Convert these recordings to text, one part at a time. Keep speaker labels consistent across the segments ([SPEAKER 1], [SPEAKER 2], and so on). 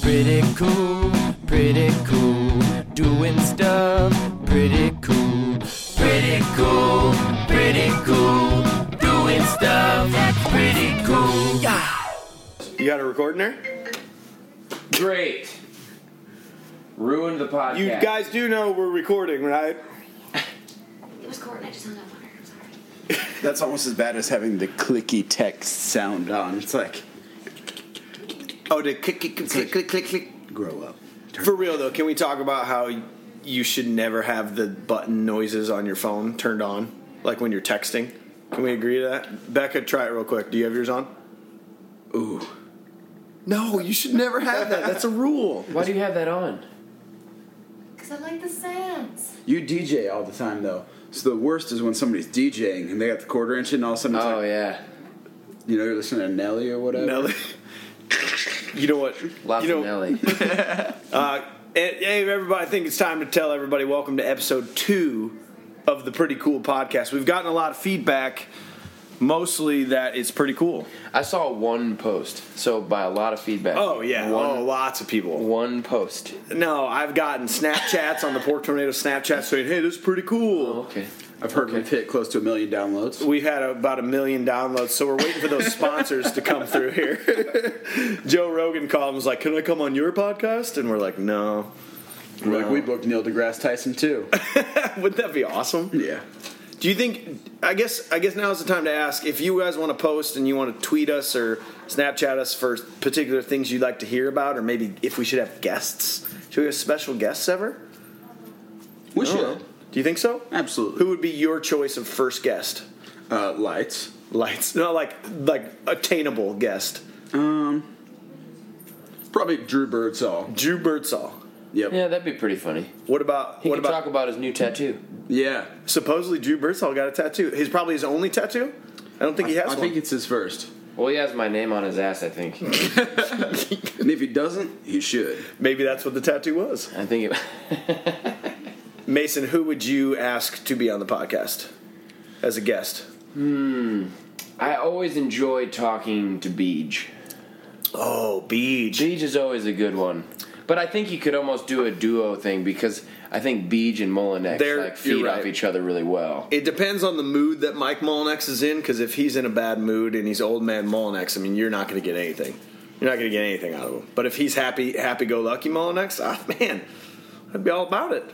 [SPEAKER 1] Pretty cool, pretty cool, doing stuff pretty cool. Pretty cool, pretty cool, doing stuff pretty cool. Yeah.
[SPEAKER 2] You got a recording there?
[SPEAKER 1] Great. Ruined the podcast.
[SPEAKER 2] You guys do know we're recording, right?
[SPEAKER 3] It was Court, and I just hung up on her. I'm sorry.
[SPEAKER 4] That's almost as bad as having the clicky text sound on. It's like, oh, the click, click, click, click, click, click, click. Grow up.
[SPEAKER 2] For real though, can we talk about how you should never have the button noises on your phone turned on, like when you're texting? Can we agree to that? Becca, try it real quick. Do you have yours on?
[SPEAKER 4] Ooh.
[SPEAKER 2] No, you should never have that. That's a rule.
[SPEAKER 1] Why do you have that on?
[SPEAKER 3] Because I like the sounds.
[SPEAKER 4] You DJ all the time though. So the worst is when somebody's DJing and they got the quarter inch and all of a sudden it's
[SPEAKER 1] Oh
[SPEAKER 4] like,
[SPEAKER 1] yeah.
[SPEAKER 4] you know, you're listening to Nelly or whatever.
[SPEAKER 2] Nelly. You know what?
[SPEAKER 1] Lots
[SPEAKER 2] you know,
[SPEAKER 1] of Nelly.
[SPEAKER 2] Hey, hey, everybody, I think it's time to tell everybody welcome to episode two of the Pretty Cool Podcast. We've gotten a lot of feedback, mostly that it's pretty cool.
[SPEAKER 1] I saw one post, so by a lot of feedback.
[SPEAKER 2] Oh, yeah.
[SPEAKER 1] One,
[SPEAKER 2] oh, lots of people.
[SPEAKER 1] one post.
[SPEAKER 2] No, I've gotten Snapchats on the Pork Tornado Snapchat saying, hey, this is pretty cool.
[SPEAKER 1] Okay.
[SPEAKER 4] I've heard we've hit close to a million downloads.
[SPEAKER 2] We've had about a million downloads, so we're waiting for those sponsors to come through here. Joe Rogan called and was like, can I come on your podcast? And we're like, no.
[SPEAKER 4] We're like we booked Neil deGrasse Tyson too.
[SPEAKER 2] Wouldn't that be awesome?
[SPEAKER 4] yeah.
[SPEAKER 2] Do you think? I guess. I guess now is the time to ask if you guys want to post and you want to tweet us or Snapchat us for particular things you'd like to hear about, or maybe if we should have guests. Should we have special guests ever?
[SPEAKER 1] Oh.
[SPEAKER 4] We should.
[SPEAKER 2] Do you think so?
[SPEAKER 4] Absolutely.
[SPEAKER 2] Who would be your choice of first guest?
[SPEAKER 4] Uh, lights.
[SPEAKER 2] Lights. No, like like attainable guest.
[SPEAKER 4] Probably Drew Birdsall.
[SPEAKER 2] Drew Birdsall.
[SPEAKER 4] Yep.
[SPEAKER 1] Yeah, that'd be pretty funny.
[SPEAKER 2] What about
[SPEAKER 1] He
[SPEAKER 2] what
[SPEAKER 1] could
[SPEAKER 2] about?
[SPEAKER 1] talk about his new tattoo.
[SPEAKER 4] Yeah.
[SPEAKER 2] supposedly Drew Birdsall got a tattoo. He's probably his only tattoo. I don't think he has
[SPEAKER 4] I
[SPEAKER 2] one.
[SPEAKER 4] think it's his first.
[SPEAKER 1] Well, he has my name on his ass. I think.
[SPEAKER 4] And if he doesn't, he should.
[SPEAKER 2] Maybe that's what the tattoo was.
[SPEAKER 1] I think. It,
[SPEAKER 2] Mason, who would you ask to be on the podcast as a guest?
[SPEAKER 1] I always enjoy talking to Beej.
[SPEAKER 2] Oh, Beach.
[SPEAKER 1] Beej is always a good one. But I think you could almost do a duo thing because I think Beej and Mullinex
[SPEAKER 2] They're-
[SPEAKER 1] like
[SPEAKER 2] you're
[SPEAKER 1] feed
[SPEAKER 2] right.
[SPEAKER 1] off each other really well.
[SPEAKER 2] It depends on the mood that Mike Mullinex is in, because if he's in a bad mood and he's old man Mullinex, I mean, you're not going to get anything. You're not going to get anything out of him. But if he's happy, happy go lucky Mullinex, ah, man, I'd be all about it.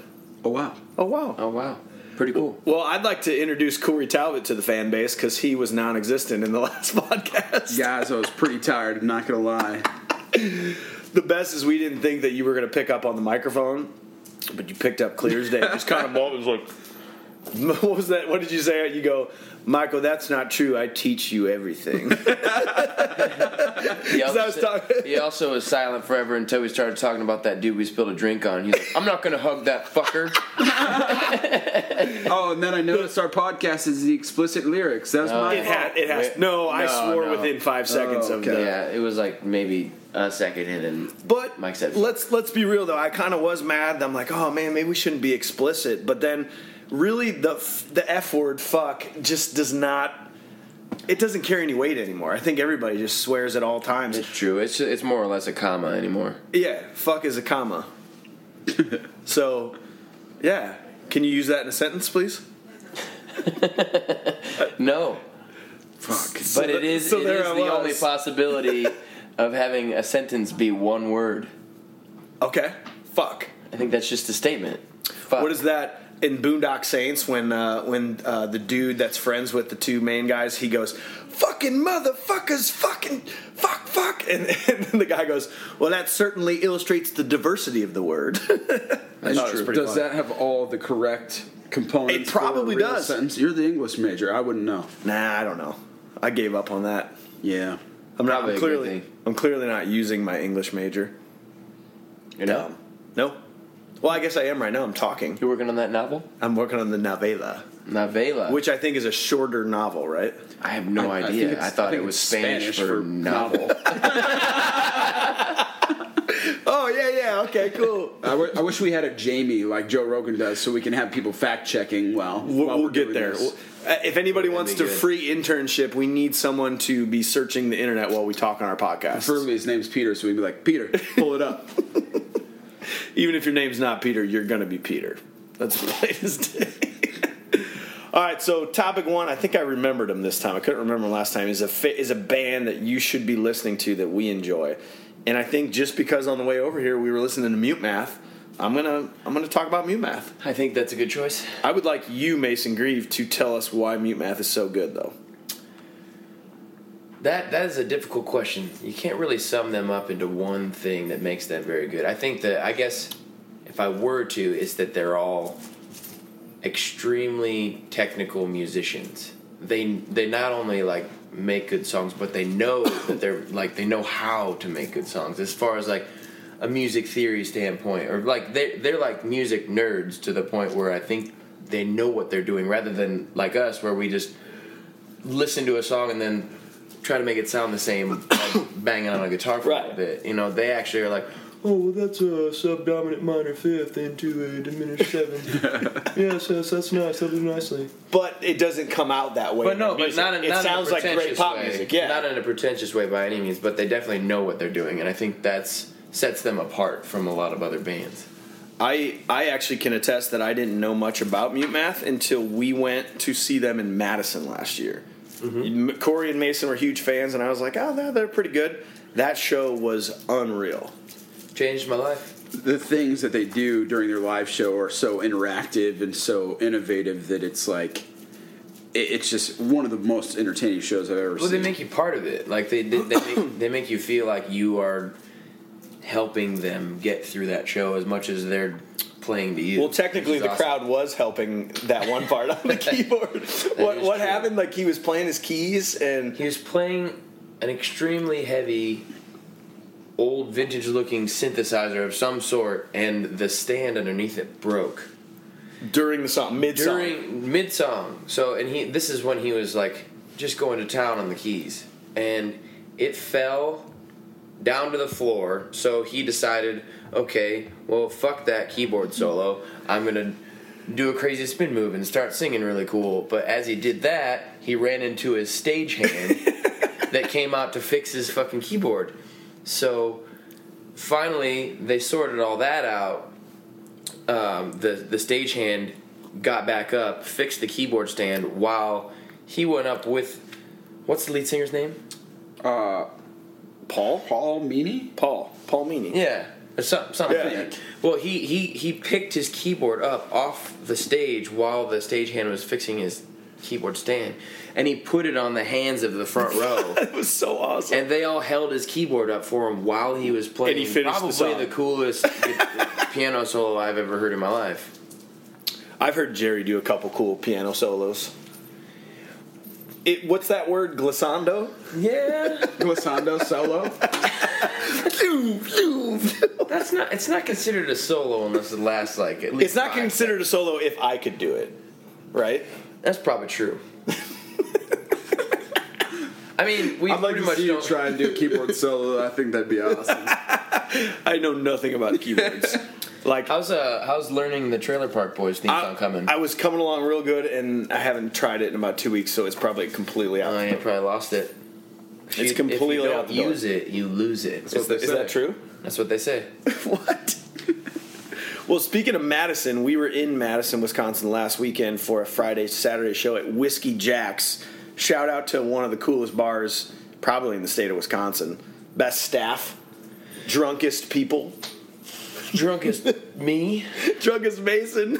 [SPEAKER 4] Oh wow.
[SPEAKER 2] Oh, wow.
[SPEAKER 1] Oh wow, pretty cool.
[SPEAKER 2] Well, I'd like to introduce Corey Talbot to the fan base because he was non existent in the last podcast.
[SPEAKER 4] Guys, I was pretty tired, I'm not gonna lie.
[SPEAKER 2] The best is we didn't think that you were going to pick up on the microphone, but you picked up clear as day. Just kind of was like, what was that? What did you say? You go, Michael, that's not true. I teach you everything.
[SPEAKER 1] He also,
[SPEAKER 2] I was talking-
[SPEAKER 1] he also was silent forever until we started talking about that dude we spilled a drink on. He's like, "I'm not gonna hug that fucker."
[SPEAKER 4] Oh, and then I noticed our podcast is the explicit lyrics. That's my
[SPEAKER 2] Oh. It, ha- it has
[SPEAKER 1] Wait,
[SPEAKER 2] no. I
[SPEAKER 1] no,
[SPEAKER 2] swore
[SPEAKER 1] no. Oh,
[SPEAKER 2] within five seconds of
[SPEAKER 4] okay.
[SPEAKER 2] that.
[SPEAKER 1] yeah, it was like maybe a second and then.
[SPEAKER 2] But
[SPEAKER 1] Mike said-
[SPEAKER 2] let's let's be real though. I kind of was mad. I'm like, oh man, maybe we shouldn't be explicit. But then, really, the f- the f word fuck just does not. It doesn't carry any weight anymore. I think everybody just swears at all times.
[SPEAKER 1] It's true. It's it's more or less a comma anymore.
[SPEAKER 2] yeah, fuck is a comma. so, yeah. Can you use that in a sentence, please?
[SPEAKER 1] No,
[SPEAKER 4] fuck.
[SPEAKER 1] but it is
[SPEAKER 2] so
[SPEAKER 1] it
[SPEAKER 2] there
[SPEAKER 1] is
[SPEAKER 2] I
[SPEAKER 1] the only
[SPEAKER 2] was.
[SPEAKER 1] possibility of having a sentence be one word.
[SPEAKER 2] Okay. Fuck.
[SPEAKER 1] I think that's just a statement. Fuck.
[SPEAKER 2] What is that in Boondock Saints when uh, when uh, the dude that's friends with the two main guys he goes fucking motherfuckers fucking fuck fuck and, and then the guy goes well that certainly illustrates the diversity of the word.
[SPEAKER 4] That's
[SPEAKER 2] thought it was
[SPEAKER 4] true.
[SPEAKER 2] pretty
[SPEAKER 4] Does
[SPEAKER 2] funny.
[SPEAKER 4] that have all the correct components?
[SPEAKER 2] It probably
[SPEAKER 4] for a real
[SPEAKER 2] does.
[SPEAKER 4] Sentence? You're the English major. I wouldn't know.
[SPEAKER 2] nah, I don't know. I gave up on that.
[SPEAKER 4] Yeah.
[SPEAKER 2] I'm not I'm
[SPEAKER 1] Probably a good
[SPEAKER 2] clearly
[SPEAKER 1] thing.
[SPEAKER 2] I'm clearly not using my English major.
[SPEAKER 1] You know,
[SPEAKER 2] No. Well, I guess I am right now. I'm talking.
[SPEAKER 1] you working on that novel,
[SPEAKER 2] I'm working on the novella,
[SPEAKER 1] novela,
[SPEAKER 2] which I think is a shorter novel, right?
[SPEAKER 1] I have no
[SPEAKER 4] I think
[SPEAKER 1] idea.
[SPEAKER 4] it's-
[SPEAKER 1] I, thought
[SPEAKER 4] I think
[SPEAKER 1] it was
[SPEAKER 4] it's
[SPEAKER 1] Spanish,
[SPEAKER 4] Spanish
[SPEAKER 1] for,
[SPEAKER 4] for
[SPEAKER 1] novel.
[SPEAKER 2] Oh yeah, yeah. Okay, cool.
[SPEAKER 4] I, w- I wish we had a Jamie like Joe Rogan does, so we can have people fact checking. Well,
[SPEAKER 2] We'll, we'll get there. We'll- Uh, if anybody
[SPEAKER 1] Would've
[SPEAKER 2] wants
[SPEAKER 1] been
[SPEAKER 2] to
[SPEAKER 1] good.
[SPEAKER 2] free internship, we need someone to be searching the internet while we talk on our podcast.
[SPEAKER 4] For me, his name's Peter, so we'd be like, Peter, pull it up.
[SPEAKER 2] Even if your name's not Peter, you're gonna be Peter. That's the latest. All right, so topic one. I think I remembered him this time. I couldn't remember him last time. Is a fa- is a band that you should be listening to that we enjoy, and I think just because on the way over here we were listening to Mute Math, I'm gonna I'm gonna talk about Mute Math.
[SPEAKER 1] I think that's a good choice.
[SPEAKER 2] I would like you, Mason Grieve, to tell us why Mute Math is so good, though.
[SPEAKER 1] That that is a difficult question. You can't really sum them up into one thing that makes them very good. I think that I guess if I were to, is that they're all extremely technical musicians. They they not only like make good songs, but they know that they're like they know how to make good songs. As far as like a music theory standpoint, or like they they're like music nerds to the point where I think they know what they're doing, rather than like us where we just listen to a song and then try to make it sound the same, like banging on a guitar for a
[SPEAKER 2] Right.
[SPEAKER 1] little bit. You know, they actually are like, oh, well, that's a subdominant minor fifth into a diminished seventh. yes, yes, that's nice. That was nicely.
[SPEAKER 2] But it doesn't come out that way.
[SPEAKER 1] But
[SPEAKER 2] in
[SPEAKER 1] no,
[SPEAKER 2] their
[SPEAKER 1] but
[SPEAKER 2] music.
[SPEAKER 1] not in,
[SPEAKER 2] it
[SPEAKER 1] not
[SPEAKER 2] sounds
[SPEAKER 1] in a
[SPEAKER 2] like great
[SPEAKER 1] pretentious
[SPEAKER 2] pop
[SPEAKER 1] way.
[SPEAKER 2] music. Yeah,
[SPEAKER 1] Not in a pretentious way by any means, but they definitely know what they're doing, and I think that's sets them apart from a lot of other bands.
[SPEAKER 2] I I actually can attest that I didn't know much about Mute Math until we went to see them in Madison last year.
[SPEAKER 1] Mm-hmm.
[SPEAKER 2] M- Corey and Mason were huge fans, and I was like, oh, they're, they're pretty good. That show was unreal.
[SPEAKER 1] Changed my life.
[SPEAKER 4] The things that they do during their live show are so interactive and so innovative that it's like, it- it's just one of the most entertaining shows I've ever
[SPEAKER 1] Well, they
[SPEAKER 4] seen.
[SPEAKER 1] make you part of it. Like they they, they, make, they make you feel like you are helping them get through that show as much as they're playing to you.
[SPEAKER 2] Well, technically,
[SPEAKER 1] which
[SPEAKER 2] the
[SPEAKER 1] is awesome.
[SPEAKER 2] crowd was helping that one part on the keyboard. what
[SPEAKER 1] is
[SPEAKER 2] what
[SPEAKER 1] true.
[SPEAKER 2] happened? Like he was playing his keys, and
[SPEAKER 1] He was playing an extremely heavy, old vintage looking synthesizer of some sort, and the stand underneath it broke.
[SPEAKER 2] during the song, mid song,
[SPEAKER 1] during mid song. So and he this is when he was like just going to town on the keys, and it fell down to the floor. So he decided, okay, well, fuck that keyboard solo. I'm gonna do a crazy spin move and start singing really cool. But as he did that, he ran into his stage hand that came out to fix his fucking keyboard. So finally, they sorted all that out um, the the stagehand got back up, fixed the keyboard stand while he went up with what's the lead singer's name?
[SPEAKER 4] Paul? Paul Meany?
[SPEAKER 2] Paul Paul Meany.
[SPEAKER 1] Yeah, or some, something.
[SPEAKER 2] Yeah.
[SPEAKER 1] Well, he, he he picked his keyboard up off the stage while the stagehand was fixing his keyboard stand, and he put it on the hands of the front row.
[SPEAKER 2] It was so awesome.
[SPEAKER 1] And they all held his keyboard up for him while he was playing.
[SPEAKER 2] And he finished the
[SPEAKER 1] probably
[SPEAKER 2] song.
[SPEAKER 1] coolest piano solo I've ever heard in my life.
[SPEAKER 2] I've heard Jerry do a couple cool piano solos. It, what's that word? Glissando?
[SPEAKER 1] Yeah,
[SPEAKER 4] Glissando solo?
[SPEAKER 1] that's not. It's not considered a solo unless it lasts like at least.
[SPEAKER 2] It's not
[SPEAKER 1] five
[SPEAKER 2] considered a solo if I could do it, right?
[SPEAKER 1] That's probably true. I mean, we
[SPEAKER 4] I'd like
[SPEAKER 1] pretty
[SPEAKER 4] to
[SPEAKER 1] much
[SPEAKER 4] see you
[SPEAKER 1] don't.
[SPEAKER 4] try and do a keyboard solo. I think that'd be awesome.
[SPEAKER 2] I know nothing about keyboards. like
[SPEAKER 1] How's uh how's learning the Trailer Park Boys theme
[SPEAKER 2] I,
[SPEAKER 1] song coming?
[SPEAKER 2] I was coming along real good, and I haven't tried it in about two weeks, so it's probably completely out.
[SPEAKER 1] oh, you probably lost it. If
[SPEAKER 2] It's
[SPEAKER 1] you-
[SPEAKER 2] completely
[SPEAKER 1] if you don't
[SPEAKER 2] out the door.
[SPEAKER 1] Use it, you lose it.
[SPEAKER 2] is, that- is that true?
[SPEAKER 1] That's what they say.
[SPEAKER 2] what? well, speaking of Madison, we were in Madison, Wisconsin last weekend for a Friday Saturday show at Whiskey Jack's. Shout out to one of the coolest bars probably in the state of Wisconsin. Best staff, drunkest people,
[SPEAKER 1] Drunk as me.
[SPEAKER 2] drunkest Mason.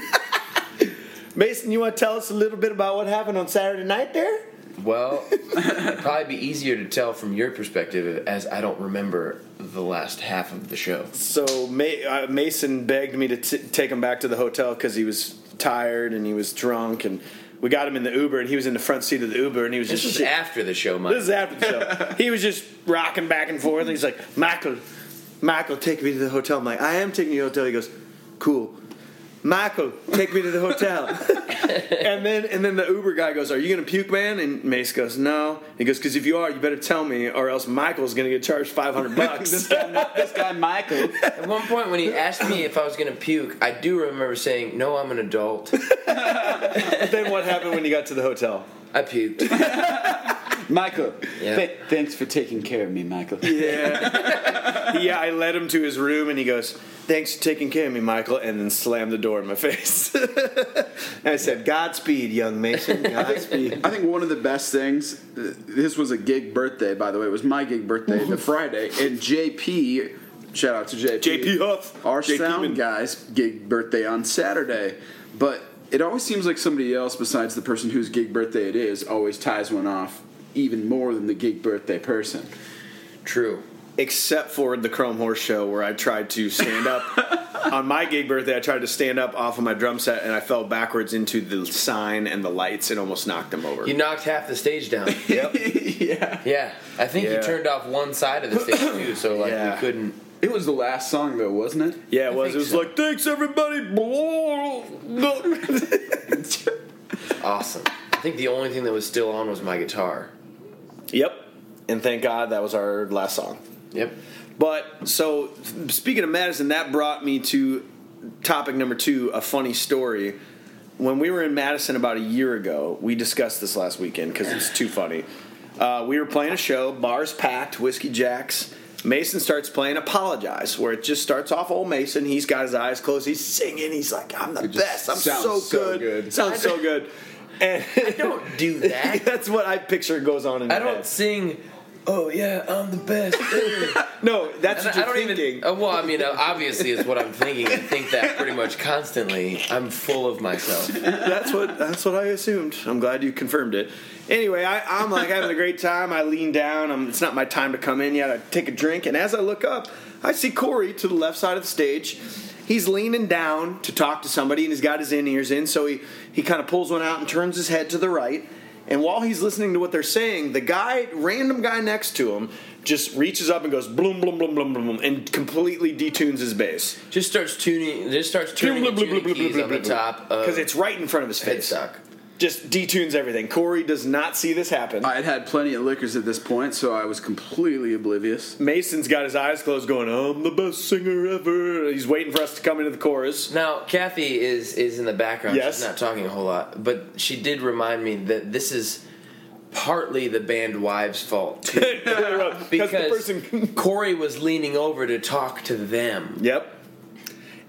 [SPEAKER 2] Mason, you want to tell us a little bit about what happened on Saturday night there?
[SPEAKER 1] Well, it'd probably be easier to tell from your perspective, as I don't remember the last half of the show.
[SPEAKER 2] So Ma- uh, Mason begged me to t- take him back to the hotel because he was tired and he was drunk, and we got him in the Uber, and he was in the front seat of the Uber, and he was
[SPEAKER 1] This
[SPEAKER 2] just
[SPEAKER 1] is after the show, Mike.
[SPEAKER 2] This is after the show. he was just rocking back and forth, and he's like, "Michael, Michael, take me to the hotel." I'm like, "I am taking you to the hotel." He goes, "Cool." Michael, take me to the hotel. and then and then the Uber guy goes, Are you gonna puke, man? And Mace goes, No. He goes, Cause if you are, you better tell me, or else Michael's gonna get charged five hundred
[SPEAKER 4] this
[SPEAKER 2] bucks.
[SPEAKER 4] guy, this guy Michael.
[SPEAKER 1] At one point, when he asked me if I was going to puke, I do remember saying, "No, I'm an adult."
[SPEAKER 2] then what happened when you got to the hotel?
[SPEAKER 1] I puked.
[SPEAKER 4] Michael,
[SPEAKER 1] Yeah.
[SPEAKER 4] th- thanks for taking care of me, Michael.
[SPEAKER 2] Yeah. yeah, I led him to his room and he goes, Thanks for taking care of me, Michael, and then slammed the door in my face. and I said, Godspeed, young Mason, Godspeed.
[SPEAKER 5] I think one of the best things. This was a gig birthday, by the way. It was my gig birthday, the Friday, and JP. Shout out to JP.
[SPEAKER 2] JP Huff.
[SPEAKER 5] our
[SPEAKER 2] JP
[SPEAKER 5] sound
[SPEAKER 2] Min-
[SPEAKER 5] guy's gig birthday on Saturday, but it always seems like somebody else besides the person whose gig birthday it is always ties one off even more than the gig birthday person.
[SPEAKER 1] True.
[SPEAKER 2] Except for the Chrome Horse show where I tried to stand up. On my gig birthday, I tried to stand up off of my drum set and I fell backwards into the sign and the lights and almost knocked him over.
[SPEAKER 1] You knocked half the stage down.
[SPEAKER 5] yeah,
[SPEAKER 1] Yeah, I think
[SPEAKER 2] Yeah.
[SPEAKER 1] you turned off one side of the stage too, so like
[SPEAKER 2] Yeah.
[SPEAKER 1] we couldn't.
[SPEAKER 5] it was the last song though, wasn't it?
[SPEAKER 2] yeah, it
[SPEAKER 1] I
[SPEAKER 2] was.
[SPEAKER 1] think
[SPEAKER 2] It was
[SPEAKER 1] so.
[SPEAKER 2] like, Thanks, everybody.
[SPEAKER 1] Awesome. I think the only thing that was still on was my guitar.
[SPEAKER 2] yep. And thank God that was our last song.
[SPEAKER 1] Yep.
[SPEAKER 2] But so speaking of Madison, that brought me to topic number two: a funny story. When we were in Madison about a year ago, we discussed this last weekend because it's too funny. Uh, we were playing a show, bars packed, whiskey jacks. Mason starts playing "Apologize," where it just starts off. Old Mason, he's got his eyes closed, he's singing, he's like, "I'm the
[SPEAKER 5] It just
[SPEAKER 2] best, I'm
[SPEAKER 5] sounds
[SPEAKER 2] so,
[SPEAKER 5] so
[SPEAKER 2] good.
[SPEAKER 5] good.
[SPEAKER 2] sounds so good." And
[SPEAKER 1] Don't do that.
[SPEAKER 2] that's what I picture goes on in.
[SPEAKER 1] I
[SPEAKER 2] your
[SPEAKER 1] don't
[SPEAKER 2] head.
[SPEAKER 1] sing. Oh yeah, I'm the best.
[SPEAKER 2] No, that's what
[SPEAKER 1] I
[SPEAKER 2] you're
[SPEAKER 1] don't
[SPEAKER 2] thinking.
[SPEAKER 1] even. uh, well, I mean, uh, obviously, it's what I'm thinking. I think that pretty much constantly. I'm full of myself.
[SPEAKER 2] that's what that's what I assumed. I'm glad you confirmed it. Anyway, I, I'm like having a great time. I lean down. i it's not my time to come in yet. I take a drink, and as I look up, I see Corey to the left side of the stage. He's leaning down to talk to somebody, and he's got his in ears in. So he he kind of pulls one out and turns his head to the right. And while he's listening to what they're saying, the guy, random guy next to him, just reaches up and goes bloom, bloom, bloom, bloom, bloom, and completely detunes his bass.
[SPEAKER 1] Just starts tuning. Just starts turning and tuning keys on the top of
[SPEAKER 2] because it's right in front of his face
[SPEAKER 1] headstock.
[SPEAKER 2] just detunes everything. Corey does not see this happen.
[SPEAKER 5] I had had plenty of liquors at this point, so I was completely oblivious.
[SPEAKER 2] Mason's got his eyes closed, going, "I'm the best singer ever." He's waiting for us to come into the chorus.
[SPEAKER 1] Now Kathy is is in the background.
[SPEAKER 2] Yes.
[SPEAKER 1] She's not talking a whole lot, but she did remind me that this is partly the band wives' fault too,
[SPEAKER 2] because the
[SPEAKER 1] because
[SPEAKER 2] person,
[SPEAKER 1] Corey was leaning over to talk to them.
[SPEAKER 2] yep.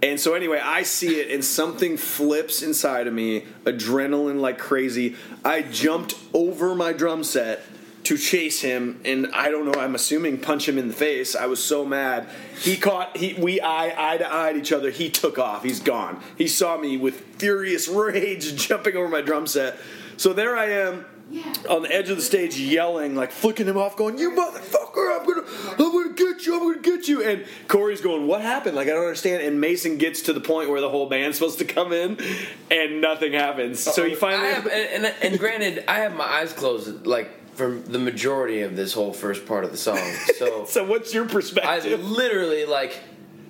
[SPEAKER 2] And so anyway, I see it, and something flips inside of me, adrenaline like crazy. I jumped over my drum set to chase him, and I don't know. I'm assuming punch him in the face. I was so mad. He caught. He we eye eye to eye at each other. He took off. He's gone. He saw me with furious rage jumping over my drum set. So there I am.
[SPEAKER 3] Yeah.
[SPEAKER 2] On the edge of the stage, yelling, like flicking him off, going, "You motherfucker! I'm gonna, I'm gonna get you! I'm gonna get you!" And Corey's going, "What happened? Like I don't understand." And Mason gets to the point where the whole band's supposed to come in, and nothing happens. So he
[SPEAKER 1] I
[SPEAKER 2] finally,
[SPEAKER 1] have, and, and, and granted, I have my eyes closed like for the majority of this whole first part of the song. So
[SPEAKER 2] So what's your
[SPEAKER 1] I
[SPEAKER 2] perspective?
[SPEAKER 1] literally like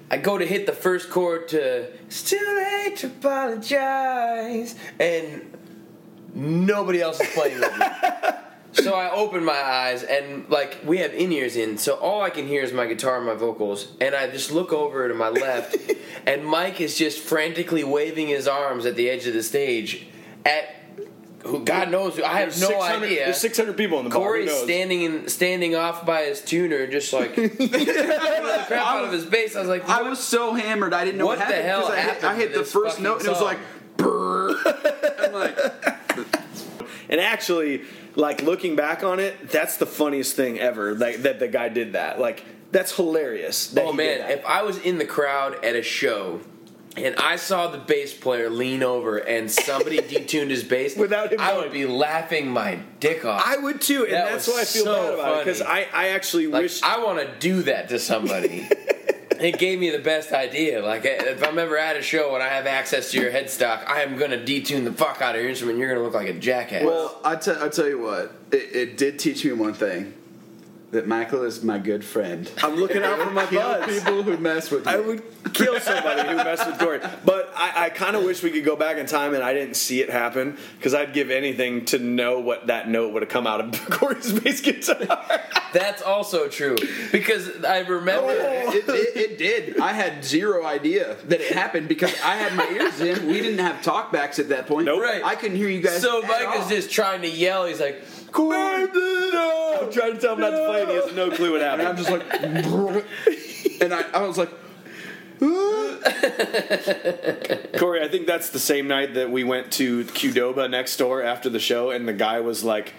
[SPEAKER 1] I go to hit the first chord to "It's too late to apologize," and nobody else is playing with me. So I open my eyes and like we have in ears in, so all I can hear is my guitar and my vocals, and I just look over to my left, and Mike is just frantically waving his arms at the edge of the stage, at who God knows who I have no
[SPEAKER 2] 600
[SPEAKER 1] idea.
[SPEAKER 2] There's 600 people in the bar. Who
[SPEAKER 1] Corey's
[SPEAKER 2] knows?
[SPEAKER 1] standing in, standing off by his tuner, just like the crap out of his bass. I was like,
[SPEAKER 5] I
[SPEAKER 1] what?
[SPEAKER 5] was so hammered, I didn't know
[SPEAKER 1] What
[SPEAKER 5] what,
[SPEAKER 1] the
[SPEAKER 5] happened.
[SPEAKER 1] hell
[SPEAKER 5] 'cause I hit-
[SPEAKER 1] happened
[SPEAKER 5] I hit
[SPEAKER 1] to
[SPEAKER 5] the
[SPEAKER 1] this
[SPEAKER 5] first
[SPEAKER 1] fucking
[SPEAKER 5] note, and it was
[SPEAKER 1] song?
[SPEAKER 5] like, brrr. I'm like,
[SPEAKER 2] And actually, like looking back on it, that's the funniest thing ever. Like that the guy did that. Like that's hilarious. that
[SPEAKER 1] oh
[SPEAKER 2] he did
[SPEAKER 1] man,
[SPEAKER 2] that.
[SPEAKER 1] if I was in the crowd at a show. And I saw the bass player lean over, and somebody detuned his bass.
[SPEAKER 2] Without him
[SPEAKER 1] I
[SPEAKER 2] knowing.
[SPEAKER 1] would be laughing my dick off.
[SPEAKER 2] I would too, and
[SPEAKER 1] That
[SPEAKER 2] that's
[SPEAKER 1] was
[SPEAKER 2] why I feel
[SPEAKER 1] so
[SPEAKER 2] bad about it because I,
[SPEAKER 1] funny.
[SPEAKER 2] I actually
[SPEAKER 1] like,
[SPEAKER 2] wish
[SPEAKER 1] I want to do that to somebody. it gave me the best idea. Like, eh, if I'm ever at a show and I have access to your headstock, I am gonna detune the fuck out of your instrument. You're gonna look like a jackass.
[SPEAKER 5] Well, I te- I tell you what, it, it did teach me one thing.
[SPEAKER 4] that Michael is my good friend.
[SPEAKER 2] I'm looking out for my buds.
[SPEAKER 4] People who mess with me.
[SPEAKER 2] I would kill somebody who messed with Corey. But I, I kind of wish we could go back in time and I didn't see it happen because I'd give anything to know what that note would have come out of Corey's bass guitar.
[SPEAKER 1] That's also true because I
[SPEAKER 2] Oh.
[SPEAKER 1] remember.
[SPEAKER 4] it, it, it did. I had zero idea that it happened because I had my ears in. We didn't have talkbacks at that point.
[SPEAKER 2] Nope.
[SPEAKER 1] Right.
[SPEAKER 4] I couldn't hear you guys.
[SPEAKER 1] So
[SPEAKER 4] at
[SPEAKER 1] Mike is
[SPEAKER 4] all.
[SPEAKER 1] just trying to yell. He's like,
[SPEAKER 2] Corey, no! I'm trying to tell him not to play and he has no clue what
[SPEAKER 5] And I'm
[SPEAKER 2] happened.
[SPEAKER 5] just like, and I, I was like,
[SPEAKER 2] Corey, I think that's the same night that we went to Qdoba next door after the show and the guy was like,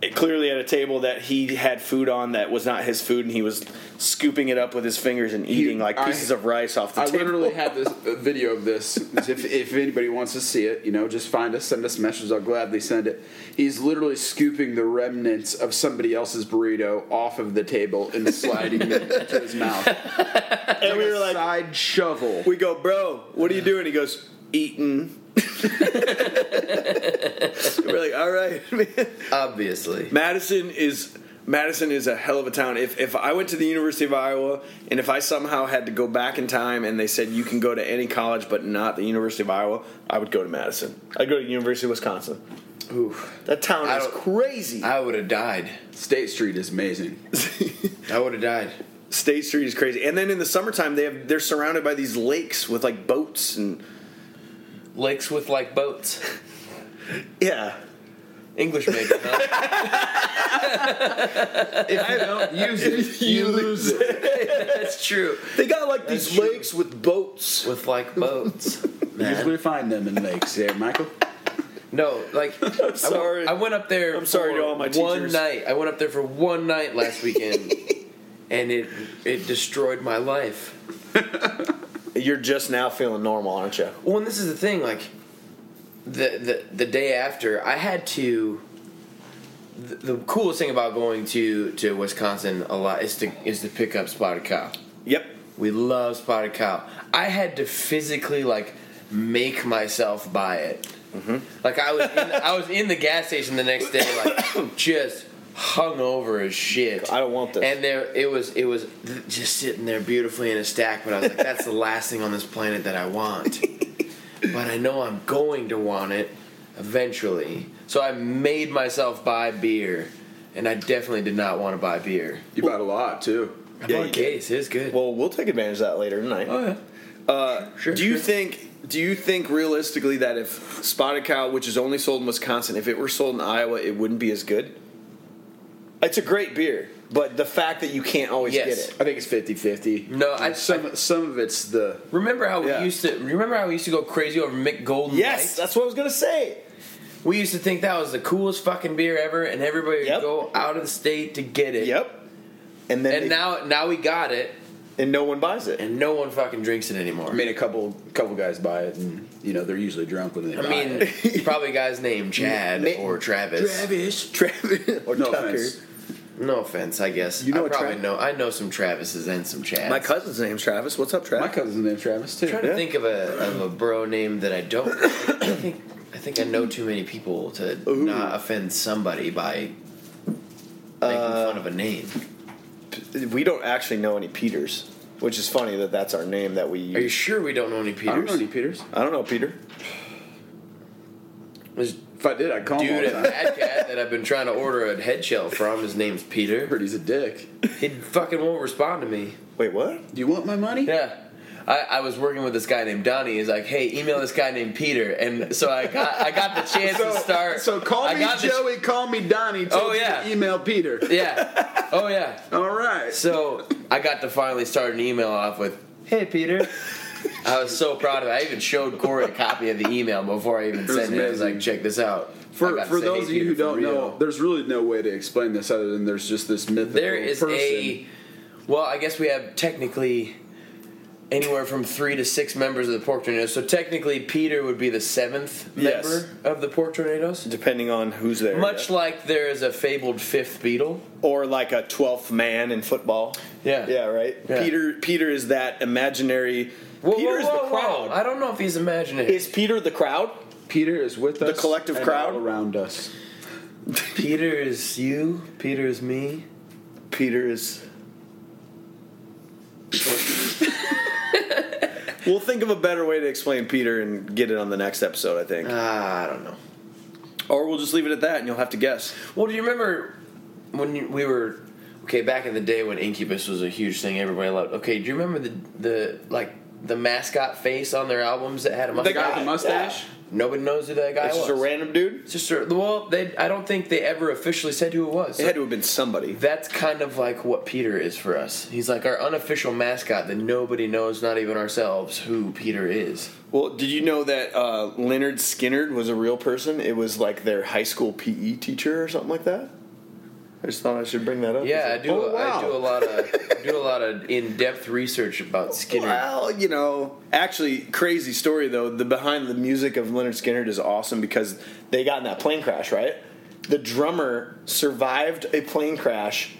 [SPEAKER 2] it clearly at a table that he had food on that was not his food and he was scooping it up with his fingers and eating like
[SPEAKER 5] I-
[SPEAKER 2] pieces of rice off the
[SPEAKER 5] I
[SPEAKER 2] table.
[SPEAKER 5] literally had this a video of this. If, if anybody wants to see it, you know, just find us, send us a message. I'll gladly send it. He's literally scooping the remnants of somebody else's burrito off of the table and sliding it to his mouth.
[SPEAKER 2] and we were like,
[SPEAKER 5] Side shovel.
[SPEAKER 2] We go, bro, what are you doing? He goes, eating. We're like, all right, man.
[SPEAKER 1] obviously.
[SPEAKER 2] Madison is Madison is a hell of a town. If if I went to the University of Iowa and if I somehow had to go back in time and they said you can go to any college but not the University of Iowa, I would go to Madison. I'd go to the University of Wisconsin.
[SPEAKER 1] Oof.
[SPEAKER 2] That town
[SPEAKER 1] I
[SPEAKER 2] is
[SPEAKER 1] don't-
[SPEAKER 2] crazy.
[SPEAKER 1] I would have died.
[SPEAKER 5] State Street is amazing.
[SPEAKER 1] I would have died.
[SPEAKER 2] State Street is crazy. And then in the summertime they have they're surrounded by these lakes with like boats and
[SPEAKER 1] Lakes with like boats.
[SPEAKER 2] yeah.
[SPEAKER 1] English maybe, huh?
[SPEAKER 5] Use it. You lose it.
[SPEAKER 1] That's true.
[SPEAKER 2] They got like these
[SPEAKER 1] true.
[SPEAKER 2] lakes with boats.
[SPEAKER 1] With like boats.
[SPEAKER 4] Usually find them in lakes there, Michael.
[SPEAKER 1] No, like I'm
[SPEAKER 2] sorry.
[SPEAKER 1] I went up there.
[SPEAKER 2] I'm sorry
[SPEAKER 1] for
[SPEAKER 2] to all my
[SPEAKER 1] One
[SPEAKER 2] teachers.
[SPEAKER 1] night, I went up there for one night last weekend, and it it destroyed my life.
[SPEAKER 2] You're just now feeling normal, aren't you?
[SPEAKER 1] Well, and this is the thing. Like the the the day after, I had to. The, the coolest thing about going to to Wisconsin a lot is to is to pick up spotted cow.
[SPEAKER 2] Yep.
[SPEAKER 1] We love spotted cow. I had to physically like make myself buy it.
[SPEAKER 2] Mm-hmm.
[SPEAKER 1] Like I was, in, I was in the gas station the next day, like just hung over as shit.
[SPEAKER 2] I don't want this.
[SPEAKER 1] And there, it was, it was just sitting there beautifully in a stack. But I was like, that's the last thing on this planet that I want. but I know I'm going to want it eventually. So I made myself buy beer, and I definitely did not want to buy beer.
[SPEAKER 5] You bought a lot too.
[SPEAKER 1] I
[SPEAKER 2] Yeah,
[SPEAKER 1] bought a
[SPEAKER 2] you-
[SPEAKER 1] case. It was good.
[SPEAKER 2] Well, we'll take advantage of that later tonight.
[SPEAKER 1] oh, yeah.
[SPEAKER 2] Uh,
[SPEAKER 1] Sure,
[SPEAKER 2] do you
[SPEAKER 1] sure.
[SPEAKER 2] think? Do you think realistically that if Spotted Cow, which is only sold in Wisconsin, if it were sold in Iowa, it wouldn't be as good? It's a great beer, but the fact that you can't always
[SPEAKER 1] Yes.
[SPEAKER 2] get it.
[SPEAKER 5] I think it's 50 50.
[SPEAKER 1] No, I-
[SPEAKER 5] some, some of it's the.
[SPEAKER 1] Remember how
[SPEAKER 2] Yeah.
[SPEAKER 1] we used to remember how we used to go crazy over Mick Golden
[SPEAKER 2] Yes,
[SPEAKER 1] Light?
[SPEAKER 2] that's what I was gonna say.
[SPEAKER 1] We used to think that was the coolest fucking beer ever, and everybody
[SPEAKER 2] Yep.
[SPEAKER 1] would go out of the state to get it.
[SPEAKER 2] Yep. And then
[SPEAKER 1] And
[SPEAKER 2] they-
[SPEAKER 1] now now we got it,
[SPEAKER 2] and no one buys it.
[SPEAKER 1] and no one fucking drinks it anymore.
[SPEAKER 5] I mean, a couple couple guys buy it, and you know they're usually drunk when they.
[SPEAKER 1] I
[SPEAKER 5] buy
[SPEAKER 1] mean,
[SPEAKER 5] it.
[SPEAKER 1] probably guys named Chad
[SPEAKER 2] Ma-
[SPEAKER 1] or Travis.
[SPEAKER 5] Travis,
[SPEAKER 2] Travis or
[SPEAKER 5] No
[SPEAKER 2] Tucker.
[SPEAKER 5] offense.
[SPEAKER 1] No offense, I guess.
[SPEAKER 2] You know
[SPEAKER 1] I
[SPEAKER 2] a
[SPEAKER 1] probably
[SPEAKER 2] Tra-
[SPEAKER 1] know. I know some Travises and some Chads.
[SPEAKER 2] My cousin's name's Travis. What's up,
[SPEAKER 5] My
[SPEAKER 2] Travis?
[SPEAKER 5] cousin's name's Travis
[SPEAKER 1] I'm
[SPEAKER 5] too.
[SPEAKER 1] trying to think of a of a bro name that I don't. I think I think I know too many people to not offend somebody by making fun of a name.
[SPEAKER 2] we don't actually know any Peters, which is funny that that's our name that we use.
[SPEAKER 1] Are you sure we don't know any Peters?
[SPEAKER 5] I don't know any Peters.
[SPEAKER 2] I don't know, Peter.
[SPEAKER 1] This
[SPEAKER 5] If I did, I'd call him all
[SPEAKER 1] dude
[SPEAKER 5] the
[SPEAKER 1] at
[SPEAKER 5] time.
[SPEAKER 1] Mad Cat that I've been trying to order a head shell from, his name's Peter.
[SPEAKER 5] Heard he's a dick.
[SPEAKER 1] He fucking won't respond to me.
[SPEAKER 2] Wait, what?
[SPEAKER 5] Do you want my money?
[SPEAKER 1] Yeah. I, I was working with this guy named Donnie. He's like, "Hey, email this guy named Peter." And so I got I got the chance to start.
[SPEAKER 5] So call
[SPEAKER 1] I
[SPEAKER 5] me
[SPEAKER 1] got the-
[SPEAKER 5] Joey, call me Donnie. Tell
[SPEAKER 1] Oh,
[SPEAKER 5] me to
[SPEAKER 1] yeah.
[SPEAKER 5] Email Peter.
[SPEAKER 1] yeah. Oh yeah.
[SPEAKER 5] All right.
[SPEAKER 1] So I got to finally start an email off with, "Hey, Peter." I was so proud of it. I even showed Corey a copy of the email before I even
[SPEAKER 5] was
[SPEAKER 1] sent it. I was
[SPEAKER 5] amazing.
[SPEAKER 1] like, "Check this out." I
[SPEAKER 5] for
[SPEAKER 1] got to
[SPEAKER 5] for
[SPEAKER 1] say, "Hey,
[SPEAKER 5] those of you
[SPEAKER 1] Peter,"
[SPEAKER 5] who
[SPEAKER 1] for
[SPEAKER 5] don't
[SPEAKER 1] real.
[SPEAKER 5] know, there's really no way to explain this other than there's just this mythical
[SPEAKER 1] There is
[SPEAKER 5] person.
[SPEAKER 1] a well, I guess we have technically anywhere from three to six members of the Pork Tornadoes. So technically, Peter would be the seventh
[SPEAKER 2] Yes.
[SPEAKER 1] member of the Pork Tornadoes.
[SPEAKER 2] Depending on who's there.
[SPEAKER 1] Much
[SPEAKER 2] yeah.
[SPEAKER 1] like there is a fabled fifth beetle.
[SPEAKER 2] or like a 12th man in football.
[SPEAKER 1] Yeah.
[SPEAKER 2] Yeah, right?
[SPEAKER 1] Yeah.
[SPEAKER 2] Peter Peter is that imaginary
[SPEAKER 1] Whoa,
[SPEAKER 2] Peter
[SPEAKER 1] whoa,
[SPEAKER 2] is
[SPEAKER 1] whoa,
[SPEAKER 2] the
[SPEAKER 1] whoa.
[SPEAKER 2] crowd.
[SPEAKER 1] I don't know if he's imaginary.
[SPEAKER 2] Is Peter the crowd?
[SPEAKER 5] Peter is with us,
[SPEAKER 2] collective
[SPEAKER 5] and
[SPEAKER 2] crowd?
[SPEAKER 5] all around us.
[SPEAKER 1] Peter is you. Peter is me.
[SPEAKER 2] Peter is. we'll think of a better way to explain Peter and get it on the next episode, I think.
[SPEAKER 1] Ah, I don't know.
[SPEAKER 2] or we'll just leave it at that and you'll have to guess.
[SPEAKER 1] Well, do you remember when you, we were okay back in the day when Incubus was a huge thing? Everybody loved. Okay, do you remember the the like the mascot face on their albums that had a mustache?
[SPEAKER 5] The guy with the mustache?
[SPEAKER 1] Nobody knows who that guy
[SPEAKER 2] It's
[SPEAKER 1] was.
[SPEAKER 2] just a random dude?
[SPEAKER 1] It's just a- well, they I don't think they ever officially said who it was.
[SPEAKER 2] It
[SPEAKER 1] So
[SPEAKER 2] had to have been somebody.
[SPEAKER 1] that's kind of like what Peter is for us. He's like our unofficial mascot that nobody knows, not even ourselves, who Peter is.
[SPEAKER 2] Well, did you know that uh, Leonard Skinnerd was a real person? It was like their high school PE teacher or something like that. I just thought I should bring that up.
[SPEAKER 1] Yeah, I do.
[SPEAKER 2] Oh, wow.
[SPEAKER 1] I do a lot of do a lot of in depth research about Skinner.
[SPEAKER 2] Well, you know, actually, crazy story though. The behind the music of Leonard Skinner is awesome because they got in that plane crash, right? The drummer survived a plane crash,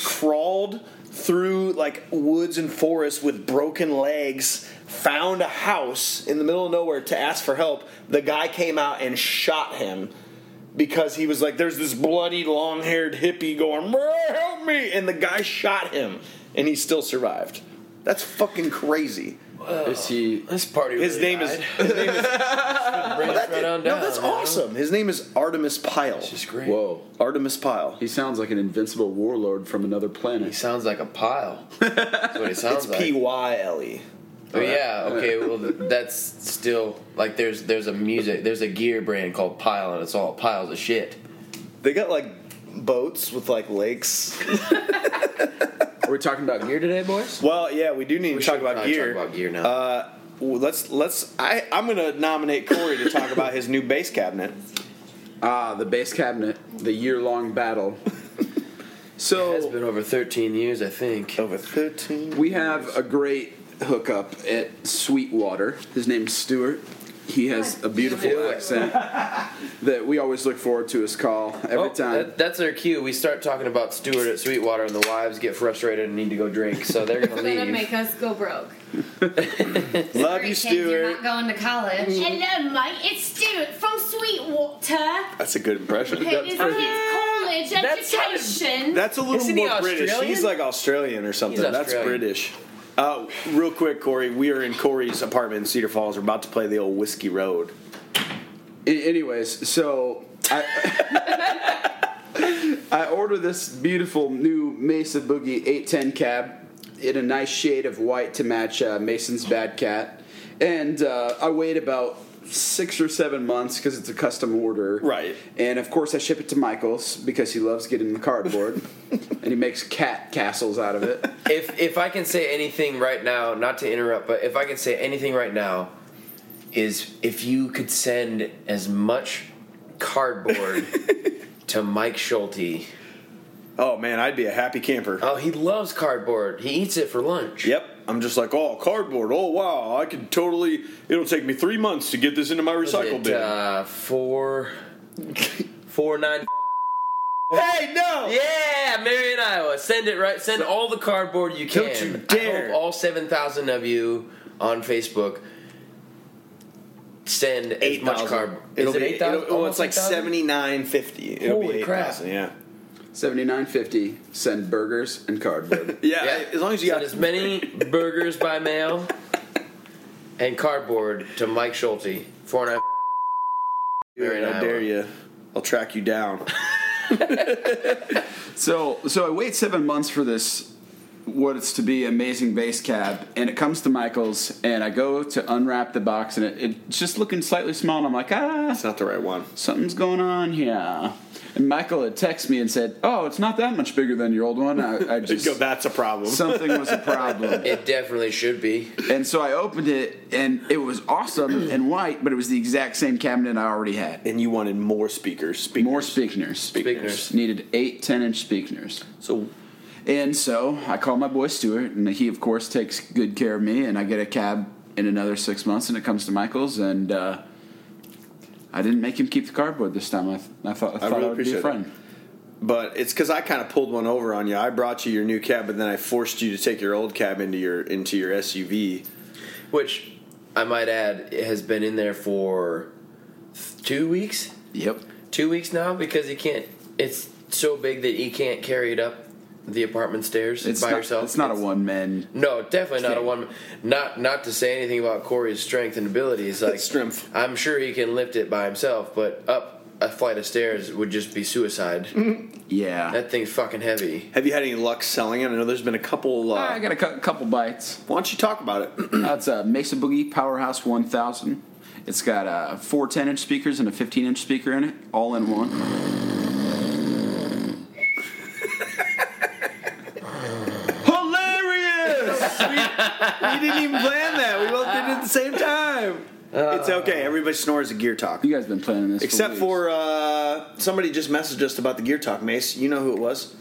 [SPEAKER 2] crawled through like woods and forests with broken legs, found a house in the middle of nowhere to ask for help. The guy came out and shot him because he was like, "There's this bloody long-haired hippie going, "Bruh, help me!" and the guy shot him, and he still survived. That's fucking crazy.
[SPEAKER 5] Is he?
[SPEAKER 1] This party.
[SPEAKER 2] His
[SPEAKER 1] really
[SPEAKER 2] name is.
[SPEAKER 1] died.
[SPEAKER 2] His name is
[SPEAKER 1] Bring us right on
[SPEAKER 2] no,
[SPEAKER 1] down,
[SPEAKER 2] that's
[SPEAKER 1] you know?
[SPEAKER 2] awesome. His name is Artemis Pyle.
[SPEAKER 1] It's great.
[SPEAKER 5] Whoa.
[SPEAKER 2] Artemis Pyle.
[SPEAKER 5] He sounds like an invincible warlord from another
[SPEAKER 1] He
[SPEAKER 5] planet.
[SPEAKER 1] sounds like a pile. That's what he sounds
[SPEAKER 2] It's
[SPEAKER 1] like.
[SPEAKER 2] P Y L E.
[SPEAKER 1] But yeah, okay, well th- that's still like there's there's a music there's a gear brand called Pile and it's all piles of shit.
[SPEAKER 2] They got like boats with like lakes.
[SPEAKER 5] Are we talking about gear today, boys?
[SPEAKER 2] Well, yeah, we do need to
[SPEAKER 1] We
[SPEAKER 2] talk
[SPEAKER 1] should
[SPEAKER 2] about
[SPEAKER 1] probably
[SPEAKER 2] gear.
[SPEAKER 1] Talk about gear now.
[SPEAKER 2] Uh, well, let's let's. I I'm gonna nominate Corey to talk about his new bass cabinet.
[SPEAKER 5] Ah, the base cabinet, the year-long battle.
[SPEAKER 1] it has
[SPEAKER 5] So
[SPEAKER 1] been over 13 years, I think.
[SPEAKER 2] Over thirteen.
[SPEAKER 5] we have a great hookup at Sweetwater. His name's Stuart. He has a beautiful accent that we always look forward to his call every
[SPEAKER 1] Oh,
[SPEAKER 5] time.
[SPEAKER 1] that- that's their cue. We start talking about Stewart at Sweetwater, and the wives get frustrated and need to go drink, so they're gonna
[SPEAKER 3] Gonna
[SPEAKER 1] leave.
[SPEAKER 3] make us go broke.
[SPEAKER 2] Love you,
[SPEAKER 3] Kids, You're
[SPEAKER 2] Stuart. Mm.
[SPEAKER 3] not going to college.
[SPEAKER 6] Hello, mate. It's Stuart from Sweetwater,
[SPEAKER 2] That's a good impression.
[SPEAKER 6] who is his college
[SPEAKER 1] That sounded-
[SPEAKER 6] education.
[SPEAKER 2] That's a little
[SPEAKER 1] Isn't he
[SPEAKER 2] more British.
[SPEAKER 1] Australian?
[SPEAKER 2] He's like Australian or something.
[SPEAKER 1] He's
[SPEAKER 2] That's
[SPEAKER 1] Australian.
[SPEAKER 2] British. Uh, real quick, Corey, we are in Corey's apartment in Cedar Falls. We're about to play the old Whiskey Road.
[SPEAKER 5] A- anyways, so I, I order this beautiful new Mesa Boogie 810 cab in a nice shade of white to match uh, Mason's Bad Cat, and uh, I wait about six or seven months because it's a custom order.
[SPEAKER 2] Right.
[SPEAKER 5] And of course, I ship it to Michaels because he loves getting the cardboard, and he makes cat castles out of it.
[SPEAKER 1] if if I can say anything right now, not to interrupt, but if I can say anything right now, is if you could send as much cardboard to Mike Schulte.
[SPEAKER 2] Oh man, I'd be a happy camper.
[SPEAKER 1] Oh, he loves cardboard. He eats it for lunch.
[SPEAKER 2] Yep, I'm just like, oh, cardboard. Oh wow, I could totally. It'll take me three months to get this into my
[SPEAKER 1] Is it,
[SPEAKER 2] recycle bin.
[SPEAKER 1] uh, four, four nine.
[SPEAKER 2] hey, no.
[SPEAKER 1] Yeah, Marion, Iowa. Send it right. Send all the cardboard you can.
[SPEAKER 2] Don't you
[SPEAKER 1] I
[SPEAKER 2] dare.
[SPEAKER 1] hope all seven thousand of you on Facebook send as much
[SPEAKER 2] 8,000.
[SPEAKER 1] cardboard.
[SPEAKER 2] It'll
[SPEAKER 1] Is it
[SPEAKER 2] be
[SPEAKER 1] eight thousand?
[SPEAKER 2] it'll- Well, it's like seventy nine fifty. It'll
[SPEAKER 1] Holy
[SPEAKER 2] be eight
[SPEAKER 1] crap.
[SPEAKER 2] thousand. Yeah.
[SPEAKER 5] Seventy nine fifty. Send burgers and cardboard.
[SPEAKER 2] yeah. As long as you
[SPEAKER 1] Send
[SPEAKER 2] got
[SPEAKER 1] as many burgers by mail and cardboard to Mike Schulte. Four nine. Marion,
[SPEAKER 2] How
[SPEAKER 1] Iowa.
[SPEAKER 2] dare you? I'll track you down.
[SPEAKER 5] So so I wait seven months for this what it's to be amazing base cab and it comes to Michael's and I go to unwrap the box and it, it's just looking slightly small and I'm like ah
[SPEAKER 2] It's not the right one.
[SPEAKER 5] something's going on here and Michael had texted me and said oh it's not that much bigger than your old one I, I just
[SPEAKER 2] Go, that's a problem.
[SPEAKER 5] something was a problem
[SPEAKER 1] It definitely should be.
[SPEAKER 5] and so I opened it and it was awesome and white but it was the exact same cabinet I already had
[SPEAKER 2] and you wanted more speakers. Speakers.
[SPEAKER 5] more speakers
[SPEAKER 1] Speakers.
[SPEAKER 5] needed eight 10 inch speakers
[SPEAKER 2] So
[SPEAKER 5] And so I call my boy Stuart, and he, of course, takes good care of me. And I get a cab in another six months, and it comes to Michael's. And uh, I didn't make him keep the cardboard this time. I, th- I thought I,
[SPEAKER 2] really
[SPEAKER 5] thought I would be
[SPEAKER 2] appreciate
[SPEAKER 5] a friend.
[SPEAKER 2] But it's because I kind of pulled one over on you. I brought you your new cab, but then I forced you to take your old cab into your into your SUV.
[SPEAKER 1] Which I might add it has been in there for two weeks.
[SPEAKER 5] Yep.
[SPEAKER 1] two weeks now because he can't. It's so big that he can't carry it up the apartment stairs
[SPEAKER 5] It's
[SPEAKER 1] by
[SPEAKER 5] not,
[SPEAKER 1] yourself.
[SPEAKER 5] It's not a one man.
[SPEAKER 1] No, definitely not a one. Not not to say anything about Corey's strength and abilities. Like
[SPEAKER 2] Strength.
[SPEAKER 1] I'm sure he can lift it by himself, but up a flight of stairs would just be suicide.
[SPEAKER 5] Yeah.
[SPEAKER 1] that thing's fucking heavy.
[SPEAKER 2] Have you had any luck selling it? I know there's been a couple. Uh,
[SPEAKER 5] I got a cou- couple bites.
[SPEAKER 2] why don't you talk about it?
[SPEAKER 5] That's a Mesa Boogie Powerhouse 1000. It's got uh, four 10 inch speakers and a 15 inch speaker in it, all in one.
[SPEAKER 2] Hilarious! we, we didn't even plan that. We both did it at the same time. it's okay. Everybody snores at Gear Talk.
[SPEAKER 5] You guys been planning this,
[SPEAKER 2] Except
[SPEAKER 5] weeks.
[SPEAKER 2] for uh, somebody just messaged us about the Gear Talk, Mace. You know who it was?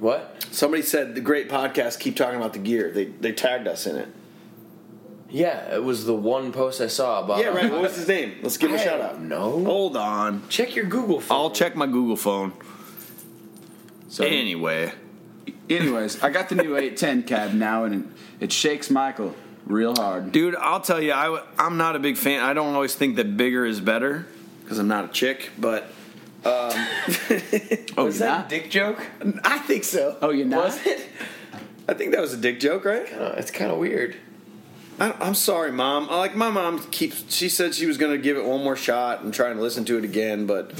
[SPEAKER 1] What?
[SPEAKER 2] Somebody said the great podcast keep talking about the gear. They they tagged us in it.
[SPEAKER 1] Yeah, it was the one post I saw about.
[SPEAKER 2] Yeah, right. What was his name? Let's give him a
[SPEAKER 1] I
[SPEAKER 2] shout
[SPEAKER 1] don't
[SPEAKER 2] out.
[SPEAKER 1] know.
[SPEAKER 2] Uh-huh. Hold on.
[SPEAKER 1] Check your Google. Phone.
[SPEAKER 2] I'll check my Google phone.
[SPEAKER 5] So,
[SPEAKER 2] Anyway.
[SPEAKER 5] anyways, I got the new 810 cab now, and it, it shakes Michael real hard.
[SPEAKER 2] Dude, I'll tell you, I, w- I'm not a big fan. I don't always think that bigger is better because I'm not a chick, but
[SPEAKER 5] oh, you not?
[SPEAKER 1] dick joke?
[SPEAKER 2] I think so.
[SPEAKER 5] oh, you not?
[SPEAKER 1] Was it?
[SPEAKER 2] I think that was a dick joke, right?
[SPEAKER 1] No, Uh, it's kind of weird.
[SPEAKER 2] I, I'm sorry, mom. I, like my mom keeps. She said she was going to give it one more shot and try and listen to it again, but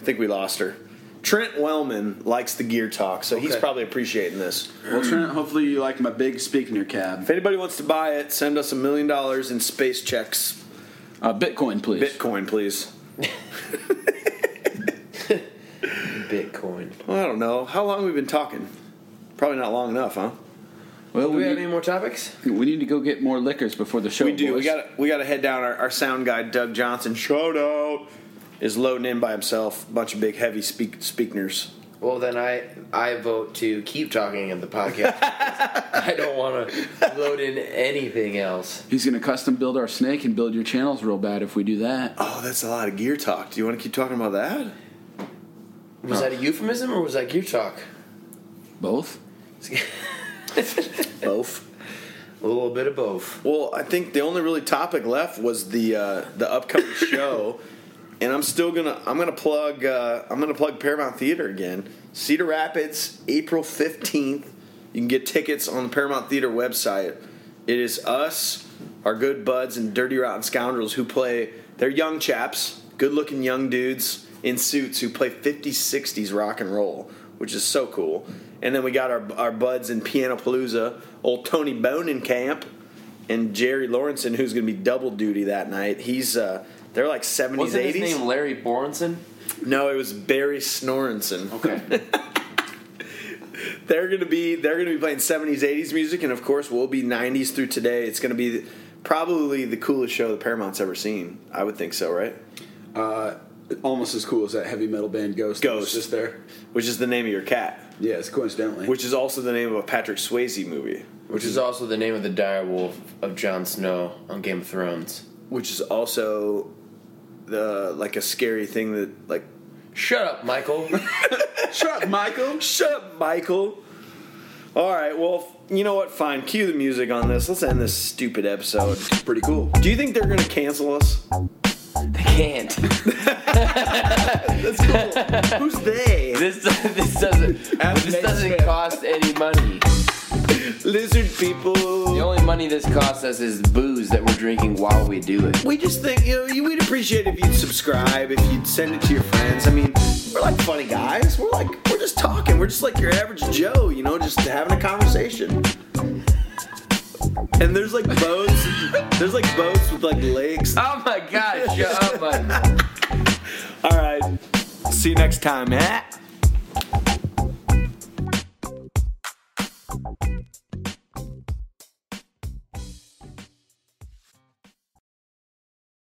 [SPEAKER 2] I think we lost her. Trent Wellman likes the gear talk, so he's
[SPEAKER 1] Okay.
[SPEAKER 2] probably appreciating this.
[SPEAKER 5] Well, Trent, hopefully you like my big speaker in your cab.
[SPEAKER 2] If anybody wants to buy it, send us a million dollars in space checks,
[SPEAKER 5] Uh, Bitcoin, please.
[SPEAKER 2] Bitcoin, please.
[SPEAKER 1] Bitcoin.
[SPEAKER 2] Well, I don't know how long we've been talking. Probably not long enough, huh?
[SPEAKER 5] well,
[SPEAKER 1] Do
[SPEAKER 5] we,
[SPEAKER 1] we have any
[SPEAKER 5] need,
[SPEAKER 1] more topics?
[SPEAKER 5] we need to go get more liquors before the show.
[SPEAKER 2] We do. We
[SPEAKER 5] boys.
[SPEAKER 2] got we got to head down. Our, our sound guy, Doug Johnson, shout out, is loading in by himself. Bunch of big heavy speak, speakers.
[SPEAKER 1] Well, then I I vote to keep talking in the podcast. I don't want to load in anything else.
[SPEAKER 5] He's gonna custom build our snake and build your channels real bad if we do that.
[SPEAKER 2] Oh, that's a lot of gear talk. Do you want to keep talking about that?
[SPEAKER 1] Was that a euphemism or was that gear talk?
[SPEAKER 5] Both.
[SPEAKER 2] Both.
[SPEAKER 1] A little bit of both.
[SPEAKER 2] Well, I think the only really topic left was the uh, the upcoming show, and I'm still gonna I'm gonna plug uh, I'm gonna plug Paramount Theater again. Cedar Rapids, April fifteenth. You can get tickets on the Paramount Theater website. It is us, our good buds, and Dirty Rotten Scoundrels who play. They're young chaps, good looking young dudes in suits who play 50s, 60s rock and roll, which is so cool. And then we got our, our buds in Piano Palooza, old Tony Bonenkamp and Jerry Lawrenson, who's going to be double duty that night. He's uh, they're like 70s, 80s.
[SPEAKER 1] Larry Borenson?
[SPEAKER 2] No, it was Barry Snorenson.
[SPEAKER 5] Okay.
[SPEAKER 2] They're gonna be they're gonna be playing seventies, eighties music, and of course we'll be nineties through today. It's gonna be probably the coolest show that Paramount's ever seen. I would think so, right?
[SPEAKER 5] Almost as cool as that heavy metal band Ghost.
[SPEAKER 2] that was Ghost. just
[SPEAKER 5] there.
[SPEAKER 2] Which is the name of your cat,
[SPEAKER 5] Yeah, it's coincidentally.
[SPEAKER 2] which is also the name of a Patrick Swayze movie,
[SPEAKER 1] Which is also the name of the dire wolf of Jon Snow on Game of Thrones.
[SPEAKER 2] which is also the like a scary thing that like
[SPEAKER 1] Shut up, Michael.
[SPEAKER 5] Shut up, Michael.
[SPEAKER 2] shut up, Michael. All right, well f- you know what? Fine, cue the music on this. Let's end this stupid episode.
[SPEAKER 5] Pretty cool.
[SPEAKER 2] Do you think they're gonna cancel us?
[SPEAKER 1] they can't.
[SPEAKER 2] That's cool. Who's they?
[SPEAKER 1] This this doesn't this doesn't cost any money.
[SPEAKER 2] lizard
[SPEAKER 1] The
[SPEAKER 2] people.
[SPEAKER 1] only money this costs us is booze that we're drinking while we do it.
[SPEAKER 2] We just think you know you- we'd appreciate if you'd subscribe, if you'd send it to your friends. I mean, we're like funny guys. We're like we're just talking. We're just like your average Joe, you know, just having a conversation. And there's like boats. there's like boats with like legs.
[SPEAKER 1] Oh my god, shut up, Michael.
[SPEAKER 2] All right. See you next time, eh?